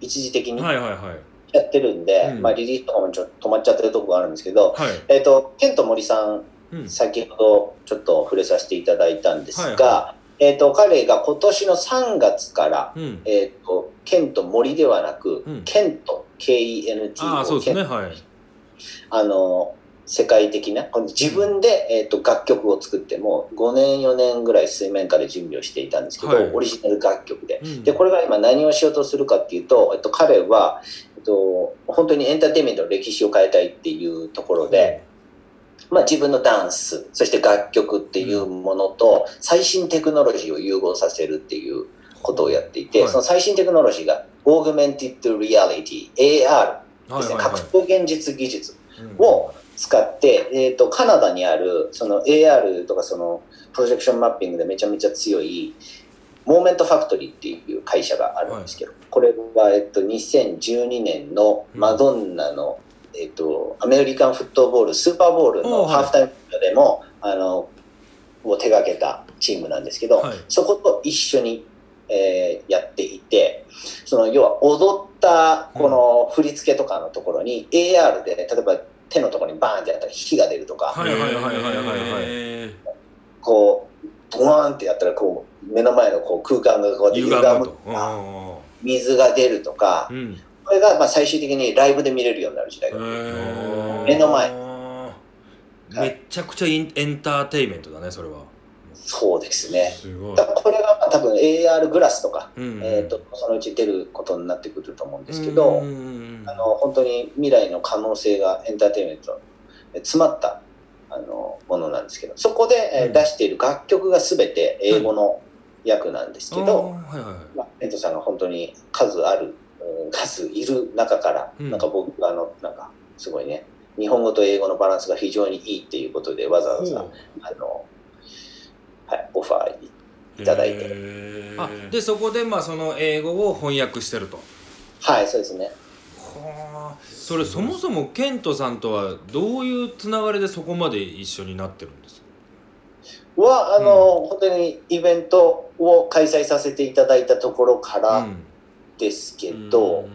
一時的に
はいはいはい
やってるんで、
うん
まあ、リリースとかもちょっと止まっちゃってるとこがあるんですけど、
はい。
えっとケント・森さん
うん
先ほどちょっと触れさせていただいたんですが、
はいは
えっと彼が今年の3月から、
うん。
えっとケント・森ではなく、
うん
ケント KENT
ああそうですね
ケン
はい。
あの世界的なこの自分で、えっと楽曲を作ってもう5年4年ぐらい水面下で準備をしていたんですけど、
はい
オリジナル楽曲で。
うん
でこれが今何をしようとするかっていうと、えっと、彼は、えっと、本当にエンターテインメントの歴史を変えたいっていうところで、まあ、自分のダンスそして楽曲っていうものと最新テクノロジーを融合させるっていうことをやっていて、
はい
その最新テクノロジーがオーグメンティッド・リアリティ AR
は
で
いは
す
い
ね、
は
格
い
闘現実技術
うん
を使って、えー、とカナダにあるその AR とかそのプロジェクションマッピングでめちゃめちゃ強いモーメントファクトリーっていう会社があるんですけど、これは、えっと2012年のマドンナの、えっとアメリカンフットボールスーパーボール
おう
の
はい
ハーフタイムでも、あのを手がけたチームなんですけど、
はい
そこと一緒に、えーやっていてその要は踊ったこの振り付けとかのところに AR で例えば手のところにバーンってやったら火が出るとか、
はいはいはいはいはいはい
え
こうドワーンってやったらこう目の前のこう空間がこうやって
ゆ
歪
がむ
むと
と。
か
うん
水が出るとか
うん、
これがまあ最終的にライブで見れるようになる時代が
ー
目の前
めっちゃくちゃインエンターテインメントだねそれは、
そうですね
すごい
だからこれがまあ多分 AR グラスとか、
うん
えー、とそのうち出ることになってくると思うんですけど、
うんうんうん
あの本当に未来の可能性がエンターテインメントえ詰まったあのものなんですけどそこで、えー
うん
出している楽曲が全て英語の訳なんですけど、
あーはいはい
まあ、エントさんが本当に数ある、うん数いる中から、
うん
なんか僕あのなんかすごいね日本語と英語のバランスが非常にいいっていうことでわざわざ
ほ
あの、はい、オファーにいただいて
へ
う
ー
あでそこでまあその英語を翻訳してると
はいそうですね
はあそれそもそもケントさんとはどういうつながりでそこまで一緒になってるんですか
はあの、本当にイベントを開催させていただいたところから
ん
ですけど、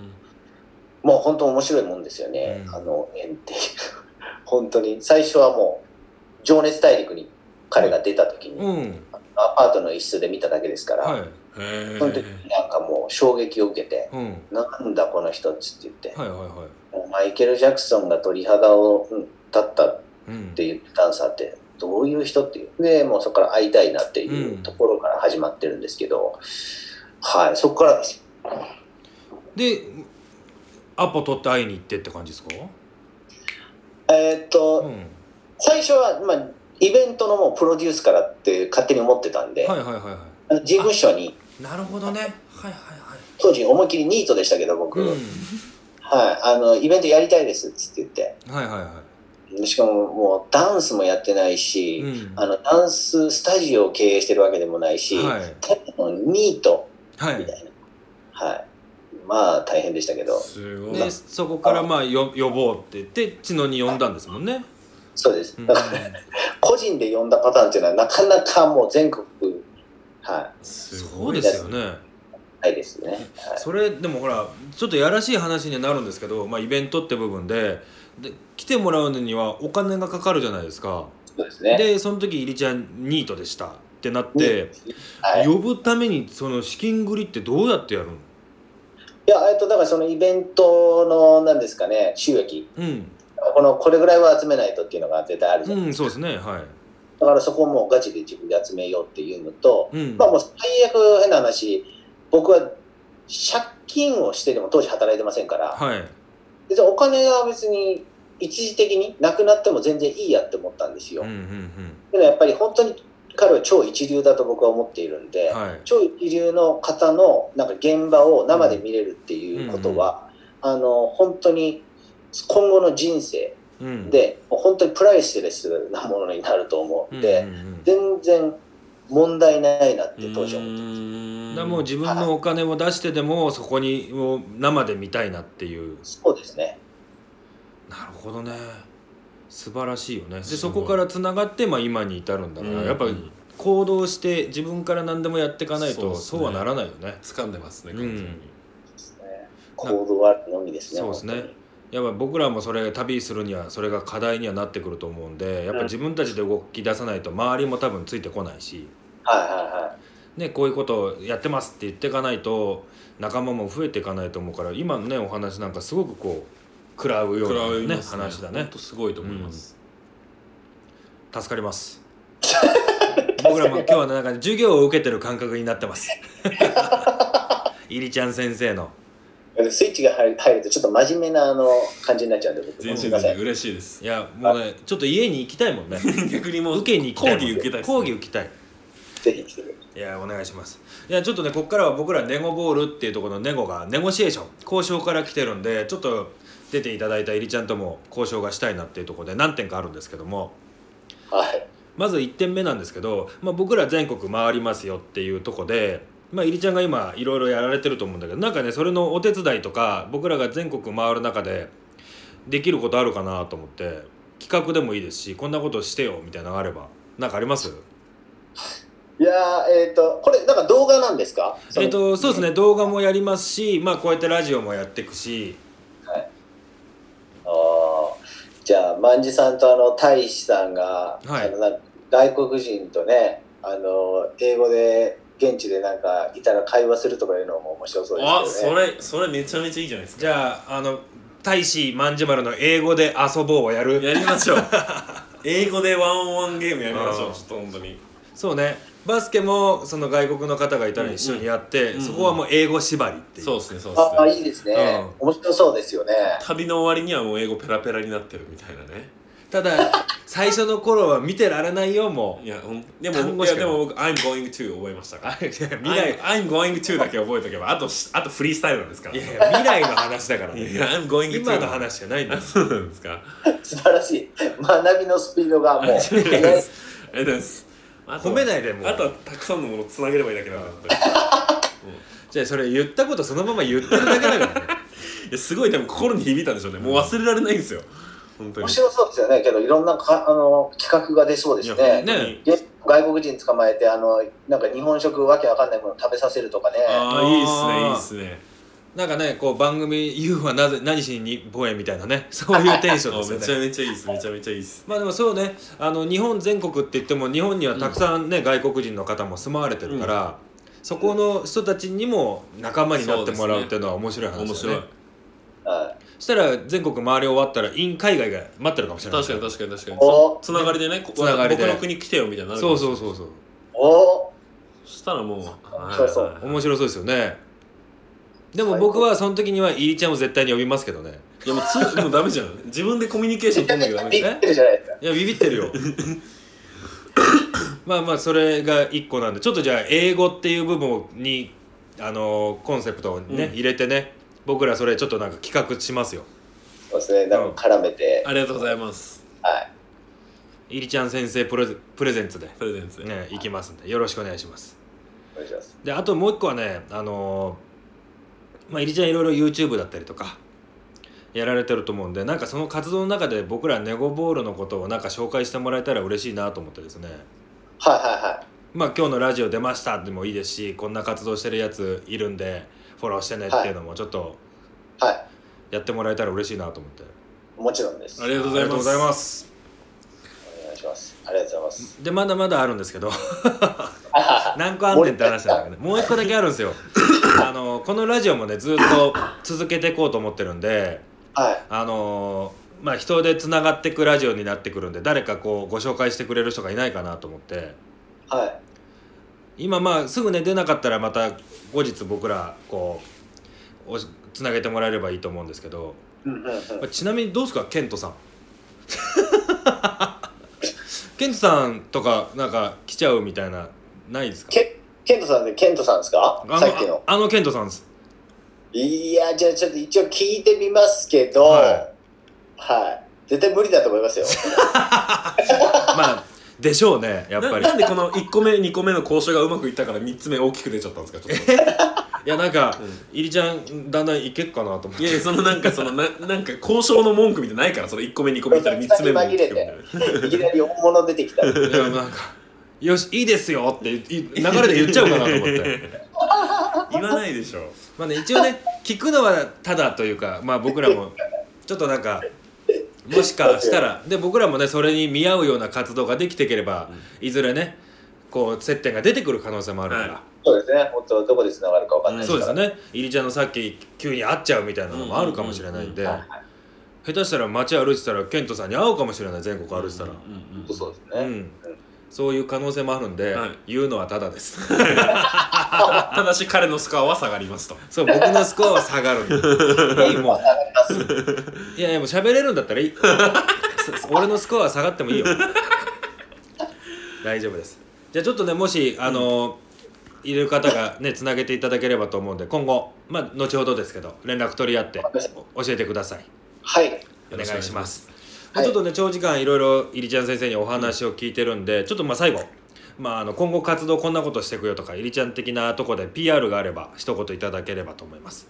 もう本当面白いもんですよね、
うん
あの縁っていう 本当に最初はもう「情熱大陸」に彼が出た時に、
うん
アパートの一室で見ただけですから、
はい
へー
その時になんかもう衝撃を受けて
うん
「なんだこの人」っつって言って、
はいはいは
もうマイケル・ジャクソンが鳥肌をうん立ったっ
いうん
ていうダンサーってどういう人っていうでもうそこから会いたいなっていうところから始まってるんですけど、はい、そこからです。
でアポ取って会いに行ってって感じですか
えーっと、
うん
最初は、まあ、イベントのもうプロデュースからって勝手に思ってたんで、
はいはいはいは
あの事務所に、
いなるほどねはいはい
当時思いっきりニートでしたけど、僕、
はい、
はい、あの、イベントやりたいですっつって言
うん、はいはいは
って、しかももうダンスもやってない
い、
し、
うん、
あの、ダンススタジオを経営してるわけでもないし、
はい
ただのニート
は
み
い
たいな。はい。まあ、大変でしたけど、
すごい
でそこからまあよ呼ぼうって言って知野に呼んだんですもんね、
そうです。
うん
だから、個人で呼んだパターンっていうのは、なかなかもう全国、は
す
そ
ご
う
い
で
です
よね
い、ないですね。はい
それでもほらちょっとやらしい話にはなるんですけど、まあ、イベントって部分でで来てもらうのにはお金がかかるじゃないですか
そうですね。
でその時イリちゃんニートでしたってなって、
はい、
呼ぶためにその資金繰りってどうやってやるの
いや、えっと、だからそのイベントの、なんですかね、収益、
うん、
この、これぐらいは集めないとっていうのが絶対あるじゃ
う
ないで
ん、
すか。
そうですねは
だからそこをもうガチで自分で集めようっていうのと、
い、うん
まあもう最悪変な話、僕は借金をしてでも当時働いてませんから、
はい、
別にお金が別に一時的になくなっても全然いいやって思ったんですよ。
うんうん
でもやっぱり本当に彼は超一流だと僕は思っているんで、
うんはい
超一流の方のなんか現場を生で見れるっていうことは、あの本当に今後の人生
うん、
で、もう本当にプライスレスなものになると思うんで、
うんうんうん
全然問題ないなって当時は思って
だ
ーん
からもう自分のお金を出してでもそこにもう生で見たいなっていう
そうですね
なるほどね素晴らしいよねですそ
ごい
こからつながって、まあ、今に至るんだから、
うん
やっぱり行動して自分から何でもやっていかない
そう
と
ですね
そうはならないよね
掴んでますね
うん
完全に
行動はあるのみですね
そうですね
本当に
やっぱ僕らもそれ旅するにはそれが課題にはなってくると思うんでやっぱ自分たちで動き出さないと周りも多分ついてこないし、
はいはいはい
ね、こういうことをやってますって言っていかないと仲間も増えていかないと思うから今のねお話なんかすごくこう食らうよ
食ら
う
い
な、ね
ますね
話だね
本当すごいと思います
助かります 僕らも今日はねなんか授業を受けてる感覚になってます いりちゃん先生の
だからスイッチが入る入るとちょっと真面目なあの感じになっちゃうんで僕
全
す
身
いませ
で
ん
嬉しいです
いやもうねちょっと家に行きたい もんね
逆にもう
受けに行きたいもん
講義受けたいですね
講義受けたい
ぜひ来てくだ
いやお願いしますいやちょっとねここからは僕らネゴボールっていうところのネゴがネゴシエーション交渉から来てるんでちょっと出ていただいたいりちゃんとも交渉がしたいなっていうところで何点かあるんですけども
さいはい
まず1点目なんですけど、まあ、僕ら全国回りますよっていうとこで、まあ、いりちゃんが今いろいろやられてると思うんだけどなんかねそれのお手伝いとか僕らが全国回る中でできることあるかなと思って企画でもいいですしこんなことしてよみたいなのがあればなんかあります
いやーえっ、とこれなんか動画なんですか
えっとそうですね動画もやりますしまあこうやってラジオもやっていくし
あーじゃあ万治さんとあの大使さんが、
はい
あのなんか外国人とねあの英語で現地でなんかいたら会話するとかいうのも面白そうで
あ
すけ
そ
どね
れそれめちゃめちゃいいじゃないですか
じゃああの大使まんじまるの英語で遊ぼうをやる
やりましょう 英語でワンオンワンゲームやりまし
あ
ょう
ー
ちょっと本当に
そうねバスケもその外国の方がいたら一緒にやって、
うんうん
そこはもう英語縛りっていう
そうですねそうで
ああ
すね
いいですね、
う
面白そうですよね
旅の終わりにはもう英語ペラペラになってるみたいなね
ただ最初の頃は見てられないよも
いやほんで
単
も
語
い
し
や
か
でも僕「I'm going to」覚えました
う
か
あ
ら
いや未
「
来
I'm, I'm going to」だけ覚えとけばあとしあとフリースタイルなん ですから
いやいや未来の話だから、
い
ね、
や I'm going to
今の話じゃないんだ
あ
よ
そうなんですか
素晴らしい学びのスピードがもう、
ありがとうございますありがとうございますあと
褒めないでもう
あとはたくさんのものをつなげればいいだけだな本当に
じゃあそれ言ったことそのまま言ってるだけだからね
いやすごい多分心に響いたんでしょうねもう忘れられないんですよ本当に
面白そうですよねけどいろんなかあの企画が出そうです
いや
ね
ね
で外国人捕まえてあのなんか日本食わけわかんないもの食べさせるとかね
ああいいっすねいいっすね
なんかねこう番組「YOU はなぜ何しに日本へ」みたいなねそういうテン ションですよ
め
ね
ちゃめちゃいいっすめちゃめちゃいいっす
まあでもそうねあの日本全国って言っても日本にはたくさんね、外国人の方も住まわれてるから、そこの人たちにも仲間になってもらうっていうのは面白い話だよね
面白い
はい
そしたら全国回り終わったらイン海外が待ってるかもしれない
確かに確かに確かに
お
つつながりでねこ
つながりで
僕の国来てよみたいになる
そうそうそうそう
お
そしたらもうはい
そうそう
面白そうですよねでも僕はその時にはイーちゃんを絶対に呼びますけどね
いやもうつもうダメじゃん自分でコミュニケーション取んなきゃダメ
ビ
じゃん
ってるじゃないですか。
いやビビってる よまあまあそれが一個なんでちょっとじゃあ英語っていう部分にあのーコンセプトをね、
うん
入れてね僕らそれちょっとなんか企画しますよ
そうですね。なんか絡めて、
ありがとうございます
はい。
イリちゃん先生プレゼプレゼンツで
プレゼンツで、
ね行きますんでよろしくお願いします
お願いします。
であともう一個はねあのーまあ入りちゃんいろいろ YouTube だったりとかやられてると思うんでなんかその活動の中で僕らネゴボールのことをなんか紹介してもらえたら嬉しいなと思ってですね
はいはいはい。
まあ今日のラジオ出ましたでもいいですしこんな活動してるやついるんでフォローしてねっていうのもちょっと
は
やってもらえたら嬉しいなと思って
い。もちろんです。
ありがとうご
あ
ざ
り
い
がとうご
ます
ざいます
お願いします。ありがとうございます。
でまだまだあるんですけど
はいは
何個あんねんって話なんだけどもう一個だけあるんですよあのこのラジオもねずっと続けていこうと思ってるんで
いはい。はい
あのーまあ人でつながってくラジオになってくるんで誰かこうご紹介してくれる人がいないかなと思って
はい。
今まあすぐね出なかったらまた後日僕らこうおしつなげてもらえればいいと思うんですけど、
うんうんうん。
まあちなみにどうですかケントさん ケントさんとかなんか来ちゃうみたいなないですか
ケケントさんでケントさんですか
あ？の
さっきの。
ああのケントさんです
いやじゃあちょっと一応聞いてみますけど、
は
はい。絶対無理だと思 いますよ。
まあでしょうねやっぱ
な
り
なんでこの1個目2個目の交渉がうまくいったから3つ目大きく出ちゃったんですかちょっと
いやなんか、
うん
いりちゃんだんだんいけっかなと思って
いやいやそのなんかそのななんか交渉の文句みたいなのないからその1個目2個目いったら3つ目も大きくみたいない
きなり大物出てきた。はい
いやなんか「よしいいですよ」ってい流れで言っちゃうかなと思って
言わないでしょ
まあね一応ね聞くのはただというかまあ僕らもちょっとなんかもしかしたらで僕らもねそれに見合うような活動ができていければ、いずれねこう接点が出てくる可能性もあるから、
は
そうですね。本当どこで繋がるかわかんない
そうで
か
す
ら。
ね入りちゃんのさっき急に会っちゃうみたいなのもあるかもしれないんで、
うんうんうん
下手したら街歩いてたらケントさんに会うかもしれない全国歩いてたら、
うんうんうん
そうです
うん
ね。
そういう可能性もあるんで、
はい
言うのはただです
ただし彼のスコアは下がりますと
そう僕のスコアは下がるのいいもん
あります。
いやいやもう喋れるんだったらいい そ俺のスコアは下がってもいいよ大丈夫ですじゃあちょっとねもしあのいる方がねつなげていただければと思うんで今後まあ後ほどですけど連絡取り合ってお教えてください
はい。
お願いします
はい
ちょっとね長時間いろいろ入りちゃん先生にお話を聞いてるんでちょっとまあ最後、まあ、あの今後活動こんなことしてくよとか入りちゃん的なとこで PR があれば一言いただければと思います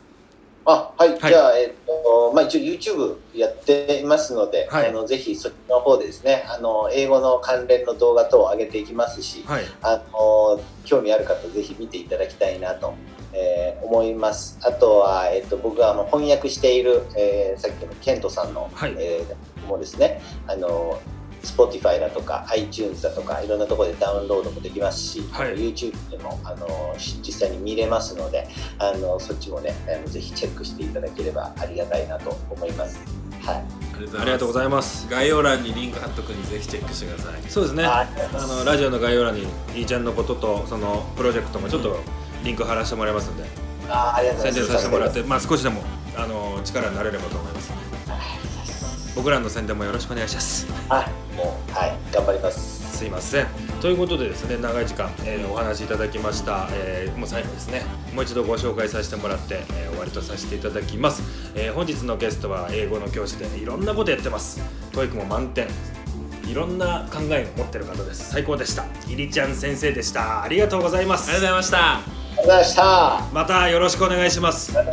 あはい、
はい
じゃあ、えっとまあ、一応 YouTube やっていますので、
はい
あのぜひそっちの方でですねあの英語の関連の動画等を上げていきますし、
はい
あの興味ある方ぜひ見ていただきたいなと、えー思いますあとは、えっと僕があの翻訳している、えーさっきのケントさんの、
はい
えーもですねあの Spotify だとか iTunes だとかいろんなところでダウンロードもできますし、
はい
YouTube でもあのし実際に見れますのであのそっちもねあのぜひチェックしていただければありがたいなと思います。はい、
ありがとうご
い
ざいます
ます概要欄にリンク貼っとくんでぜひチェックしてください
そうですね
あ
あ
りがとうございます
のラジオの概要欄にいいちゃんのこととそのプロジェクトもちょっとリンク貼らせてもらいますので
あーありがとうござ
宣
いま
伝
す。
させてもらってまあ少しでもあの力になれればと思います僕らの宣伝もよろしくお願いします
はい、もうはい頑張ります。
すいませんということでですね長い時間、えーお話いただきました、えーもう最後ですねもう一度ご紹介させてもらって、えー終わりとさせていただきます、えー本日のゲストは英語の教師でいろんなことやってます教育も満点いろんな考えを持ってる方です最高でしたいりちゃん先生でしたありがとうございま
あ
す
りがとうございました
ありがとうございました。
またよろしくお願いします
さ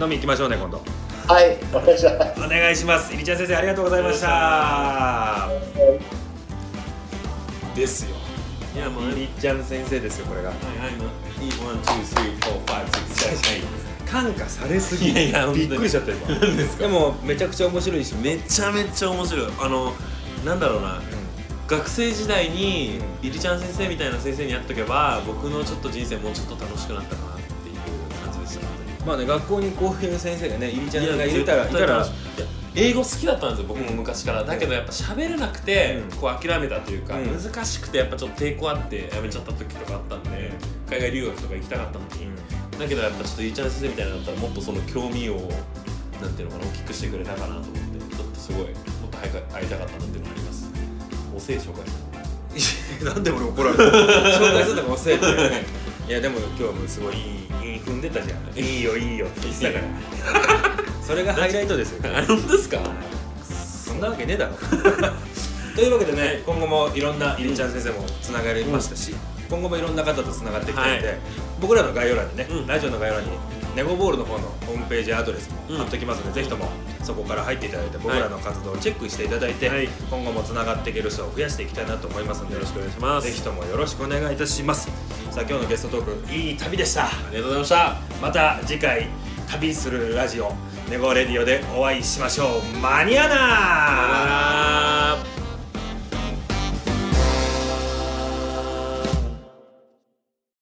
飲み行きましょうね今度
あはい、お願いします。
お願いしますいりちゃん先生ありがとうございましたですよ
いやもう
いりちゃん先生ですよこれが
はいはいもういい1 2 3 4 5 6 7
感化されすぎ
いやいや本当
び
に
っくりしちゃった今
8です
でもめちゃくちゃ面白いし
めちゃめちゃ面白いあのなんだろうな学生時代にりりちゃん先生みたいな先生にやっとけば僕のちょっと人生もうちょっと楽しくなったかなっていう感じでした
まあね学校にこういう先生がねいりちゃんがい
い
れたらいたら
絶対楽しいいや英語好きだったんですよ僕も
うん
昔から、だけどやっぱ喋れなくて、
うん
こう諦めたというか、
うん
難しくてやっぱちょっと抵抗あってやめちゃった時とかあったんで、海外留学とか行きたかったのに、だけどやっぱちょっといいチャンスみたいなのだったらもっとその興味をなんていうのかな大きくしてくれたかなと思ってちょっとすごいもっと早く会いたかったなっていうのがありますおせい紹介した
いやなんで俺怒られるの紹介するとか忘れてるよねいやでも今日はもうすごいいいいい踏んでたじゃんいいよいいよって言ってたからそれがハイライトですよ
あ本当ですか
そんなわけねえだろ というわけでね今後もいろんなりんちゃん先生もつながりましたし、今後もいろんな方とつながっていきたいので、
は
僕らの概要欄にね、
うん
ラジオの概要欄にネゴボールの方のホームページアドレスも
うん
貼っときますので、ぜひともそこから入っていただいて僕らの活動をチェックしていただいて、
はい
今後もつながっていける人を増やしていきたいなと思いますのでよろしくお願いし
ま
ますぜひともよろしくお願いいたしますさあ今日のゲストトークいい旅でした
ありがとうございました
また次回旅するラジオネゴレディオでお会いしましょうマニアナ
さよなら